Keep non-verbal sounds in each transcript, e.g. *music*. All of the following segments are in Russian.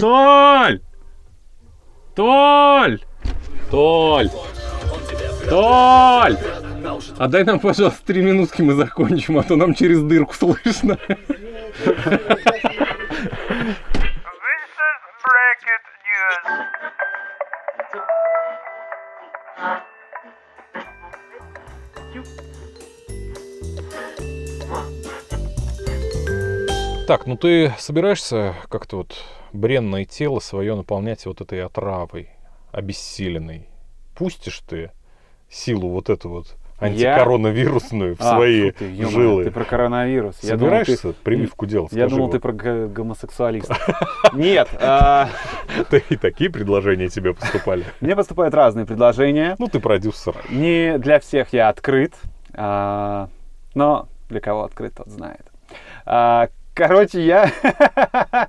Толь! Толь! Толь! Толь! Отдай нам, пожалуйста, три минутки, мы закончим, а то нам через дырку *laughs* слышно. This is breaking news. Так, ну ты собираешься как-то вот бренное тело свое наполнять вот этой отравой обессиленной? Пустишь ты силу вот эту вот Я? антикоронавирусную в А, свои фу ты, ё-моё, жилы? Ты про коронавирус. Я думал, ты- Собираешься прививку делать? Я Скажи думал, вот. *laughs* ты про г- гомосексуалиста. Нет, а, И такие предложения тебе поступали. мне поступают разные предложения. Ну, ты продюсер. Не для всех я открыт, а, но для кого открыт, тот знает. А, Короче, я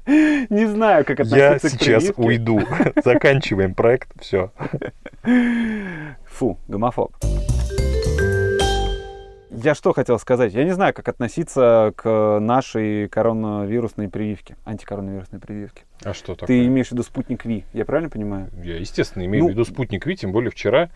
*laughs* не знаю, как Я относиться к сейчас прививке. *laughs* уйду. Заканчиваем проект. Все. Фу, гомофоб. Я что хотел сказать? Я не знаю, как относиться к нашей коронавирусной прививке, антикоронавирусной прививке. А что так? Ты имеешь в виду спутник Ви, я правильно понимаю? Я, естественно, имею Ну, в виду спутник Ви, тем более вчера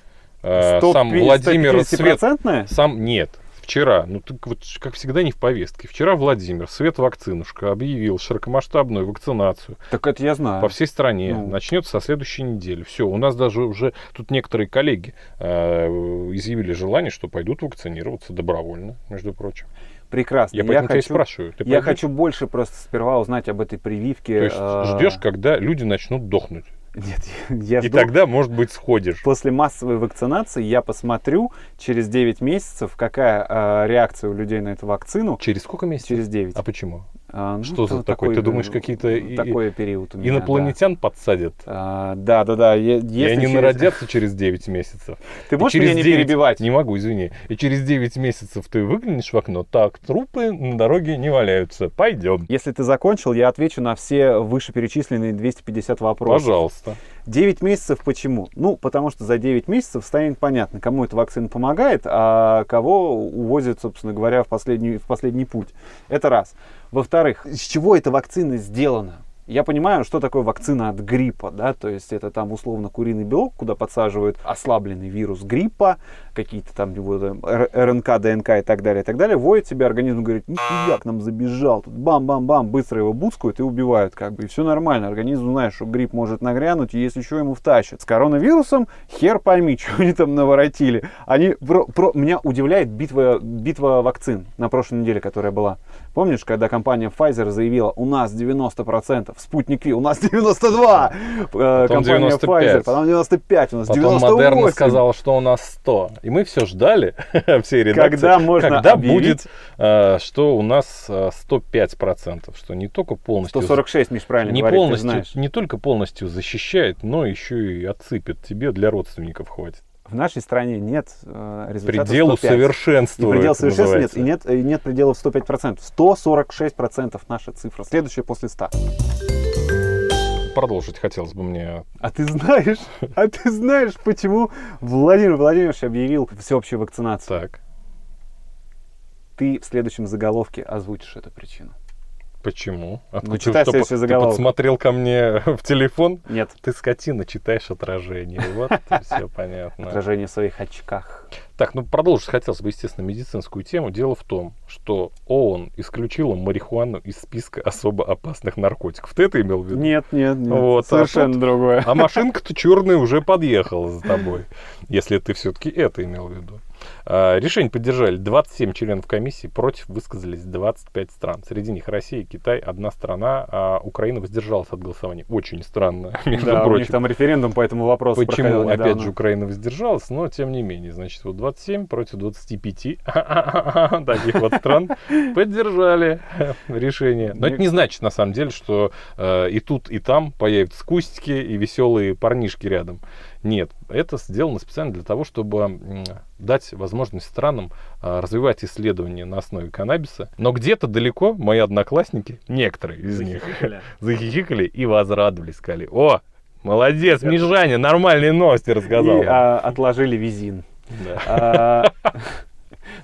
э, 100 сам пи- Владимир Свет 150-процентная? Сам нет. Вчера, ну так вот, ш- как всегда, не в повестке. Вчера Владимир Свет Вакцинушка объявил широкомасштабную вакцинацию Так это я знаю. по всей стране. Ну. Начнется со следующей недели. Все, у нас даже уже тут некоторые коллеги э, изъявили желание, что пойдут вакцинироваться добровольно, между прочим. Прекрасно. Я поэтому тебя и хочу, спрашиваю. Ты я пойдешь? хочу больше просто сперва узнать об этой прививке. То есть э, ждешь, когда люди начнут дохнуть. Нет, *laughs* я И жду. тогда, может быть, сходишь. После массовой вакцинации я посмотрю через 9 месяцев, какая э, реакция у людей на эту вакцину. Через сколько месяцев? Через 9. А почему? А, ну, Что за та- такой? Ты думаешь, э, какие-то и- Такой период у меня, да. Инопланетян подсадят. А, Да, да, да. е- И если они через- народятся через 9 месяцев. Ты И можешь через меня не 9 перебивать? Не могу, извини. И через 9 месяцев ты выглянешь в окно, так, трупы на дороге не валяются. Пойдем. Если ты закончил, я отвечу на все вышеперечисленные 250 вопросов. Пожалуйста. 9 месяцев почему? Ну, потому что за 9 месяцев станет понятно, кому эта вакцина помогает, а кого увозят, собственно говоря, в последний, в последний путь. Это раз. Во-вторых, с чего эта вакцина сделана? Я понимаю, что такое вакцина от гриппа, да, то есть это там условно куриный белок, куда подсаживают ослабленный вирус гриппа, какие-то там его там Р- РНК, ДНК и так далее, и так далее, вводит тебе организм, говорит, нифига к нам забежал, тут бам-бам-бам, быстро его буцкают и убивают, как бы, и все нормально, организм знает, что грипп может нагрянуть, и если что, ему втащат. С коронавирусом хер пойми, *laughs* что они там наворотили. Они, про- про- меня удивляет битва, битва вакцин на прошлой неделе, которая была. Помнишь, когда компания Pfizer заявила, у нас 90%, спутник Ви, у нас *laughs* 92%, Э, Потом компания 95. Pfizer, потом 95, у нас Потом 98. Модерна сказала, что у нас 100. И мы все ждали, *laughs* все редакции, Когда можно когда объявить? будет, э, что у нас э, 105%, что не только полностью... 146, Миш, правильно Не, говорит, ты полностью, знаешь. не только полностью защищает, но еще и отсыпет тебе для родственников хватит. В нашей стране нет э, результата Пределу 105. И совершенства. предел это совершенства нет, называется. и нет, и нет пределов 105%. 146% наша цифра. Следующая после 100. Продолжить хотелось бы мне А ты знаешь, а ты знаешь, почему Владимир Владимирович объявил всеобщую вакцинацию? так. Ты в следующем заголовке озвучишь эту причину. Почему? А Ну, читай что, следующий по- заголовок. Ты подсмотрел ко мне *laughs* в телефон? Нет. Ты, скотина, читаешь отражение. Вот *laughs* все понятно. Отражение в своих очках. Так, ну продолжить хотелось бы, естественно, медицинскую тему. Дело в том, что ООН исключила марихуану из списка особо опасных наркотиков. Ты это имел в виду? Нет, нет, нет. Вот, а Совершенно другое. А машинка-то черная уже подъехала за тобой, если ты все-таки это имел в виду. А, Решение поддержали 27 членов комиссии, против высказались 25 стран. Среди них Россия, Китай, одна страна, а Украина воздержалась от голосования. Очень странно, *laughs* между Да, у них прочим. там референдум по этому вопросу проходил Почему, опять недавно. же, Украина воздержалась, но тем не менее, значит, вот 27 против 25 *laughs* таких вот стран поддержали решение. Но это не значит, на самом деле, что э, и тут, и там появятся кустики и веселые парнишки рядом. Нет, это сделано специально для того, чтобы м, дать возможность странам э, развивать исследования на основе каннабиса. Но где-то далеко мои одноклассники, некоторые *laughs* из них, захихикали и возрадовались, сказали, о, молодец, Мижаня, нормальные новости рассказал. И а, отложили визин. Да. *laughs* А,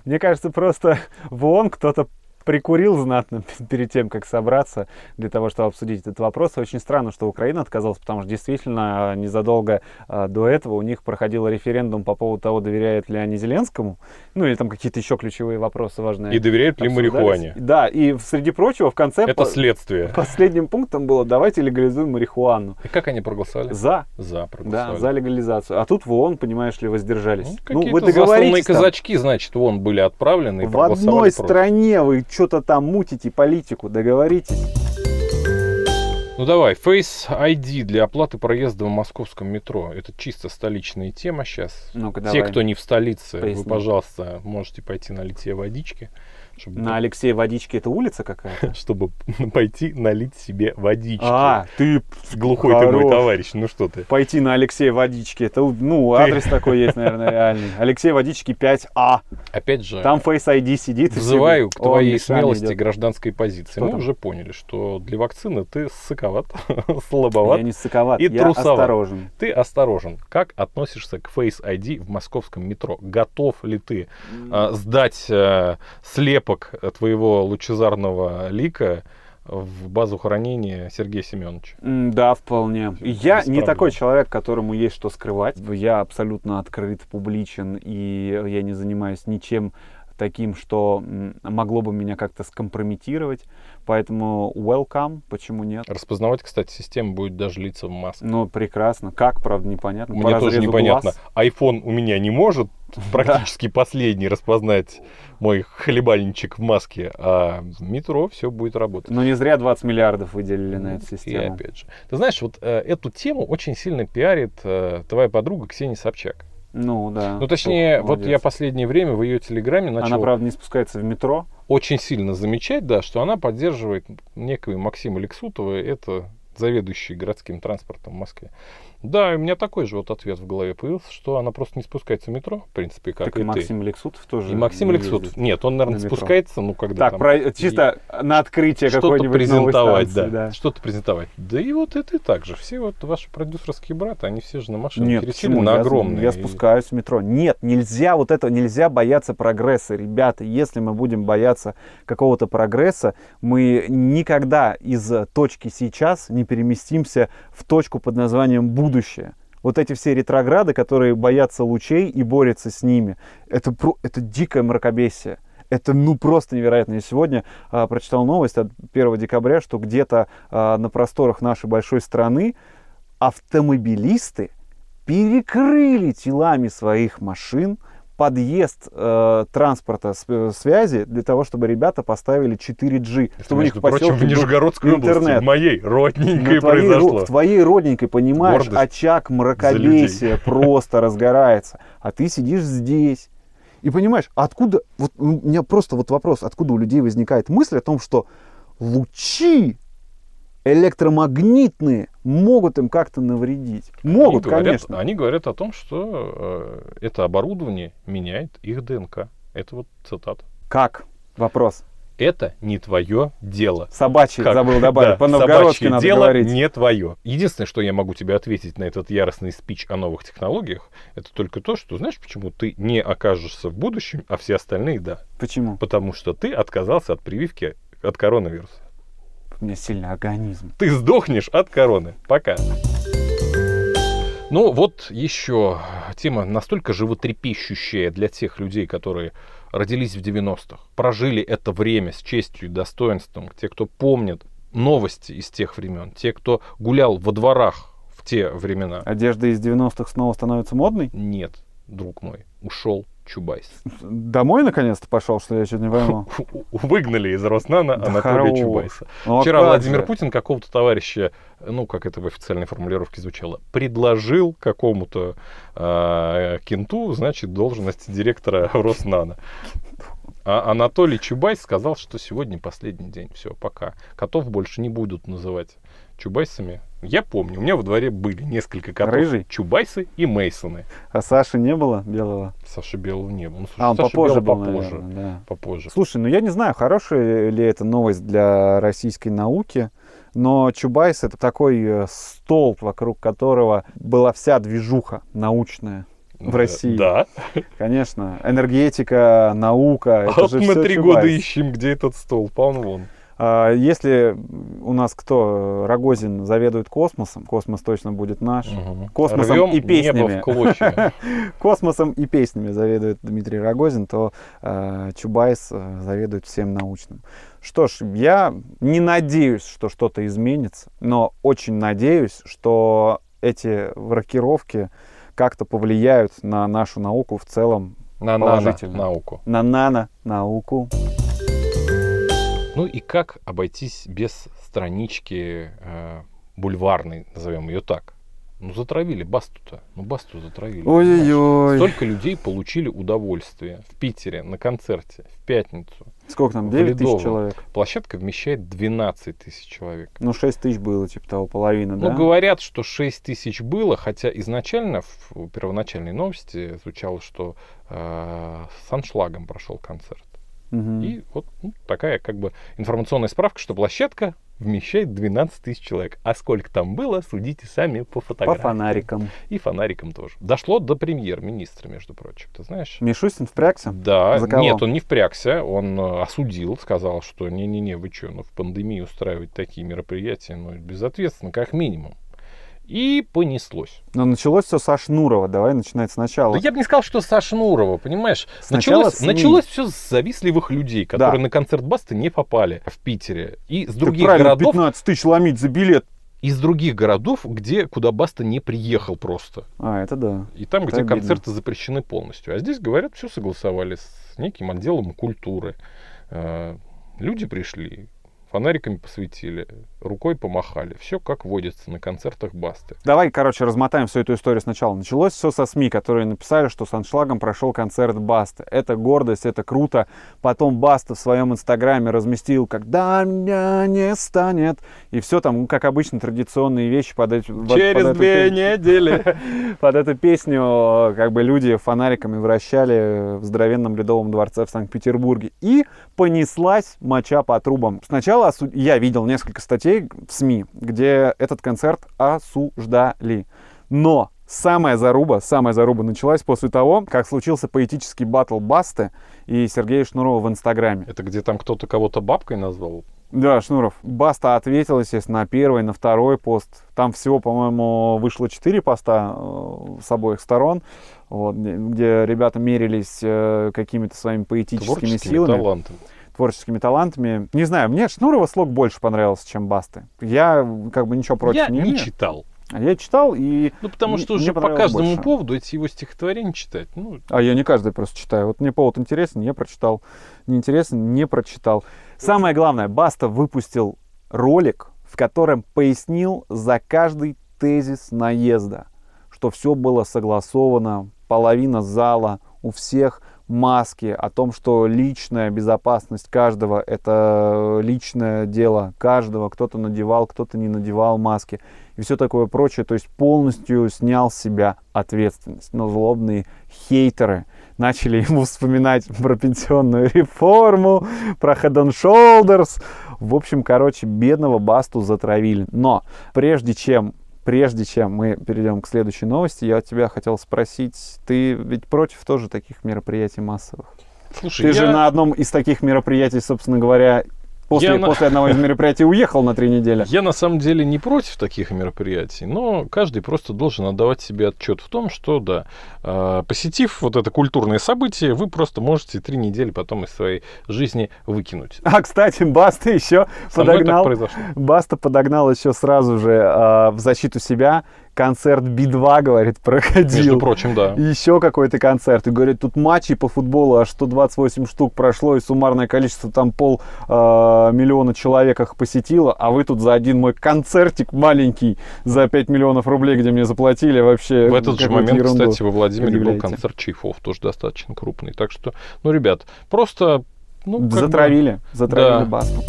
Мне кажется, просто в ООН кто-то прикурил знатно перед тем, как собраться для того, чтобы обсудить этот вопрос. И Очень странно, что Украина отказалась, потому что действительно э, незадолго э, до этого у них проходил референдум по поводу того, доверяют ли они Зеленскому, ну или там какие-то еще ключевые вопросы важные. И доверяют ли обсуждались. марихуане? Да, и в- среди прочего в конце Это по- следствие. последним пунктом было давайте легализуем марихуану. И как они проголосовали? За, За да, проголосовали. за легализацию. А тут в ООН, понимаешь ли, Ну, воздержались. какие-то засланные там. казачки, значит, вон были отправлены и В проголосовали одной против. стране вы что-то там мутите политику, договоритесь. Ну давай, Face ID для оплаты проезда в московском метро. Это чисто столичная тема сейчас. Ну-ка, Те, кто не в столице, Поясни. вы, пожалуйста, можете пойти налить себе водички, чтобы, На Алексея Водички это улица *laughs* какая-то? чтобы пойти налить себе *laughs* водички. А, ты Глухой ты мой хорош. товарищ, ну что ты. пойти на Алексея Водички. Это, ну, адрес такой есть, наверное, реальный. Алексей Водички 5А. Опять же, Там Face ID сидит. и все взываю говорят, к «Он твоей не сам смелости идет». гражданской позиции. Что Мы там? уже поняли, что для вакцины ты *laughs* ссыковат, Я слабоват. не сыковат, И я трусоват. осторожен. Ты осторожен. Как относишься к Face ID в московском метро? Готов ли ты а, сдать э, слепок э, твоего лучезарного лика в базу хранения Сергея Семеновича? М, Да, вполне. Я без не проблем. такой человек, которому есть что скрывать. Я абсолютно открыт, публичен, и я не занимаюсь ничем таким, что м, могло бы меня как-то скомпрометировать. Поэтому welcome, почему нет? Распознавать, кстати, система будет даже лица в маске. Ну, прекрасно. Как, правда, непонятно. По Мне тоже разрезу непонятно. глаз. Айфон у меня не может практически последний распознать мой хлебальничек в маске, а в метро все будет работать. Но не зря 20 миллиардов выделили на эту И систему. опять же. Ты знаешь, вот э, эту тему очень сильно пиарит э, твоя подруга Ксения Собчак. Ну, да. Ну, точнее, Ух, вот молодец. я последнее время в ее телеграме начал Она, правда, не спускается в метро. очень сильно замечать, да, что она поддерживает некую Максима Лексутова, это заведующий городским транспортом в Москве. Да, и у меня такой же вот ответ в голове появился, что она просто не спускается в метро, в принципе, как так и, и ты. Максим Лексутов тоже. И Максим не Лексутов. ездит. Нет, он, наверное, на метро. спускается, ну, когда Так, там про- чисто на открытие что-то какой-нибудь новой презентовать, станции, да. Что-то презентовать. Да и вот это и так же. Все вот ваши продюсерские браты, они все же на машине Нет, пересели почему? на Я- огромные. Я, И- спускаюсь в метро. Нет, нельзя вот это, нельзя бояться прогресса, ребята. Если мы будем бояться какого-то прогресса, мы никогда из э, точки сейчас не переместимся в точку под названием будущее. Вот эти все ретрограды, которые боятся лучей и борются с ними, это, про- это дикое мракобесие. Это ну просто невероятно. Я сегодня а, прочитал новость от 1 декабря, что где-то а, на просторах нашей большой страны автомобилисты перекрыли телами своих машин подъезд э, транспорта с- э, связи для того, чтобы ребята поставили 4G, Это, чтобы у них между в прочим, в поселке был Нижегородской области, интернет. в моей родненькой на твоей, Ну, ро- произошло. в твоей родненькой, понимаешь, Гордость *laughs* очаг мракобесия просто разгорается. А ты сидишь здесь. И понимаешь, откуда... Вот ну, у меня просто вот вопрос, откуда у людей возникает мысль о том, что лучи электромагнитные могут им как-то навредить. они Могут, говорят, а конечно. Они говорят о том, что э, это оборудование меняет их ДНК. Это вот цитата. Как? Вопрос. Это не твое дело. Собачий Как? забыл добавить. Да, По-новгородски собачье надо дело говорить. не твое. Единственное, что я могу тебе ответить на этот яростный спич о новых технологиях, это только то, что знаешь, почему ты не окажешься в будущем, а все остальные да. Почему? Потому что ты отказался от прививки от коронавируса. У меня сильный организм. Ты сдохнешь от короны. Пока. Ну вот еще тема настолько животрепещущая для тех людей, которые родились в 90-х, прожили это время с честью и достоинством, те, кто помнит новости из тех времен, те, кто гулял во дворах в те времена. Одежда из 90-х снова становится модной? Нет, друг мой, ушел Чубайс. *laughs* Домой наконец-то пошел, что ли? я что-то не пойму. Выгнали из Роснана Да Анатолия хорош. Чубайса. Ну, а Вчера как Владимир же? Путин какого-то товарища, ну, как это в официальной формулировке звучало, предложил какому-то э, кенту, значит, должность директора *laughs* Роснана. А Анатолий Чубайс сказал, что сегодня последний день. Все, пока. Котов больше не будут называть Чубайсами. Я помню, у меня во дворе были несколько котов. Рыжий? Чубайсы и Мейсоны. А Саши не было белого? Саши Белого не было. Ну, слушай, А, он Саша попозже Белого был, попозже. наверное, да. Попозже. Слушай, ну я не знаю, хорошая ли это новость для российской науки, но Чубайс это такой э, столб, вокруг которого была вся движуха научная. в России. Да. Конечно, энергетик,а наука, А *laughs* это вот же мы всё три чувак. года ищем, где этот стол, по вон. А, Если у нас кто, э, Рогозин, заведует космосом, космос точно будет наш. Мгм. Космосом Рвем и песнями. небо в *laughs* клочья. Космосом и песнями заведует Дмитрий Рогозин, то э, Чубайс э, заведует всем научным. Что ж, я не надеюсь, что что-то изменится, но очень надеюсь, что эти рокировки как-то повлияют на нашу науку в целом, На Положительно. науку. на нано-науку. Ну и как обойтись без странички э, бульварной, назовем ее так? Ну затравили Басту-то. Ну Басту затравили. понимаешь? Ой-ой-ой. Столько людей получили удовольствие в Питере на концерте в пятницу. Сколько там, 9 Валидово. тысяч человек? Площадка вмещает 12 тысяч человек. Ну, 6 тысяч было, типа того, половина, Ну, да? говорят, что 6 тысяч было, хотя изначально в первоначальной новости звучало, что э, с аншлагом прошел концерт. Мгм. И вот ну, такая как бы информационная справка, что площадка вмещает 12 тысяч человек. А сколько там было, судите сами по По фотографиям. фонарикам. И фонариком тоже. Дошло до премьер-министра, между прочим, ты знаешь? Мишустин впрягся? Да, За кого? нет, он не впрягся, он э, осудил, сказал, что не-не-не, вы что, ну в пандемии устраивать такие мероприятия, ну безответственно, как минимум. И понеслось. Но Ну, началось все со Шнурова. Давай начинать сначала. Да я бы не сказал, что со Шнурова, понимаешь? Сначала началось, СМИ. началось все с завистливых людей, которые Да. на на концерт Басты не попали в Питере. И с Ты других правильно, городов, 15 тысяч ломить за билет. из других городов, где куда Баста не приехал просто. А, это да. И там, Это где обидно. концерты запрещены полностью. А здесь, говорят, все согласовали с неким отделом культуры. Э, Люди пришли, фонариками посветили, рукой помахали. Все как водится на концертах Басты. Давай, короче, размотаем всю эту историю сначала. Началось все со СМИ, которые написали, что с аншлагом прошел концерт Басты. Это гордость, это круто. Потом Баста в своем инстаграме разместил, когда меня не станет. И все там, ну, как обычно, традиционные вещи под, эти- под- под эту песню. недели. *laughs* Под эту песню э, как бы люди фонариками вращали в здоровенном Ледовом дворце в Санкт-Петербурге. И понеслась моча по трубам. Сначала осу- я видел несколько статей в СМИ, где этот концерт осуждали. Но самая заруба, самая заруба началась после того, как случился поэтический батл Басты и Сергея Шнурова в Инстаграме. *laughs* Это где там кто-то кого-то бабкой назвал? Да, Шнуров. Баста ответил, естественно, на первый, на второй пост. Там всего, по-моему, вышло четыре поста э, с обоих сторон, вот, где- где ребята мерились э, какими-то своими поэтическими Творческими силами, талантами. творческими талантами. Не знаю, мне Шнурова слог больше понравился, чем Басты. Я как бы ничего против Я не не имею. читал. А Я читал и... Ну, потому Мне- что мне уже по понравилось каждому больше. поводу эти его стихотворения читать. Ну, А я не каждый просто читаю. Вот мне повод интересен, я прочитал. Неинтересен, не прочитал. Самое главное, Баста выпустил ролик, в котором пояснил за каждый тезис наезда, что все было согласовано, половина зала, у всех маски, о том, что личная безопасность каждого – это э, личное дело каждого. Кто-то надевал, кто-то не надевал маски и все такое прочее. То есть полностью снял с себя ответственность. Но злобные хейтеры начали ему вспоминать про пенсионную реформу, про Head and Shoulders. В общем, короче, бедного Басту затравили. Но прежде чем Прежде чем мы перейдем к следующей новости, я у тебя хотел спросить, ты ведь против тоже таких мероприятий массовых? слушай, Ты я... же на одном из таких мероприятий, собственно говоря, после, Я на- после одного из мероприятий уехал на три недели. Я на самом деле не против таких мероприятий, но каждый просто должен отдавать себе отчет в том, что да, э, посетив вот это культурное событие, вы просто можете три недели потом из своей жизни выкинуть. А, кстати, Баста еще Со мной так подогнал, произошло. Баста подогнал еще сразу же а, в защиту себя концерт Би-2, говорит, Между проходил. прочим, да. И Еще какой-то концерт. И говорит, тут матчей по футболу аж 128 штук прошло, и суммарное количество там пол а, миллиона человек их посетило, а вы тут за один мой концертик маленький за 5 миллионов рублей, где мне заплатили вообще В этот же Э, какую-то момент, ерунду». кстати, во Владимире был предъявляете. концерт Чайфов, тоже достаточно крупный. Так что, ну, ребят, просто... Ну, как бы- затравили, затравили Да. Басту.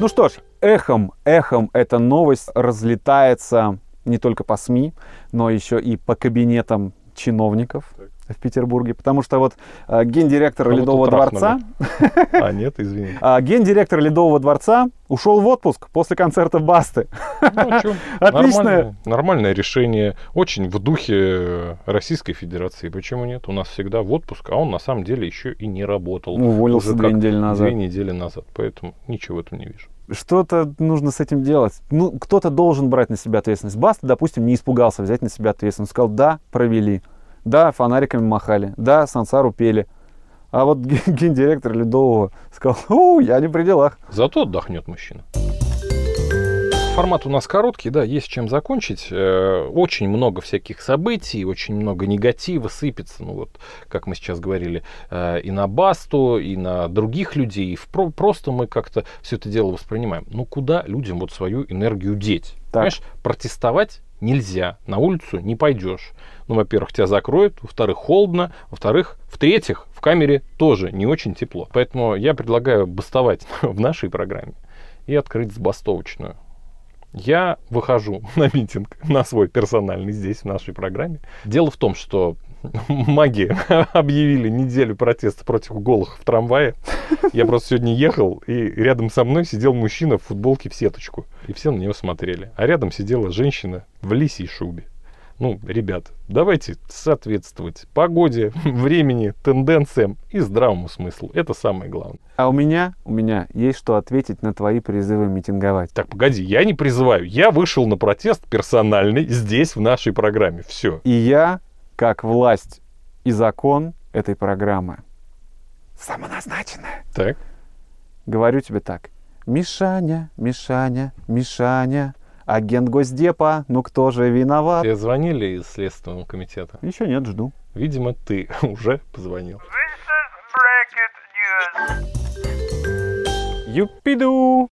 Ну что ж, эхом, эхом эта новость разлетается не только по СМИ, но еще и по кабинетам чиновников, в Петербурге, потому что вот э, гендиректор Кого-то Ледового дворца, трахнули. А, нет, извини. а, гендиректор Ледового дворца ушел в отпуск после концерта Басты. Ну, чё, *laughs* Отличное. Нормальное, нормальное решение. Очень в духе э, Российской Федерации. Почему нет? У нас всегда в отпуск, а он на самом деле еще и не работал. Уволился Уже две как недели назад. Две недели назад. Поэтому ничего в этом не вижу. Что-то нужно с этим делать. Ну, кто-то должен брать на себя ответственность. Баста, допустим, не испугался взять на себя ответственность. Сказал, да, провели. Да, фонариками махали. Да, сансару пели. А вот ген- *laughs* гендиректор Ледового сказал, у, я не при делах. Зато отдохнет мужчина. Формат у нас короткий, да, есть чем закончить. Э, Очень много всяких событий, очень много негатива сыпется, ну вот, как мы сейчас говорили, э, и на Басту, и на других людей. И впро- просто мы как-то все это дело воспринимаем. Ну куда людям вот свою энергию деть? Так. Понимаешь, протестовать нельзя, на улицу не пойдешь. Ну, во-первых, тебя закроют, во-вторых, холодно, во-вторых, в-третьих, в камере тоже не очень тепло. Поэтому я предлагаю бастовать *laughs* в нашей программе и открыть сбастовочную. Я выхожу *laughs* на митинг, на свой персональный здесь, в нашей программе. Дело в том, что *laughs* маги *laughs* объявили неделю протеста против голых в трамвае. Я просто сегодня ехал, и рядом со мной сидел мужчина в футболке в сеточку. И все на него смотрели. А рядом сидела женщина в лисьей шубе. Ну, ребят, давайте соответствовать погоде, *laughs* времени, тенденциям и здравому смыслу. Это самое главное. А у меня, у меня есть что ответить на твои призывы митинговать. Так, погоди, я не призываю. Я вышел на протест персональный здесь, в нашей программе. Все. И я, как власть и закон этой программы, самоназначенная. Так. Говорю тебе так. Мишаня, Мишаня, Мишаня, агент Госдепа, ну кто же виноват? Тебе звонили из Следственного комитета? Еще нет, жду. Видимо, ты *laughs* уже позвонил. This is Bracket News. Юпиду!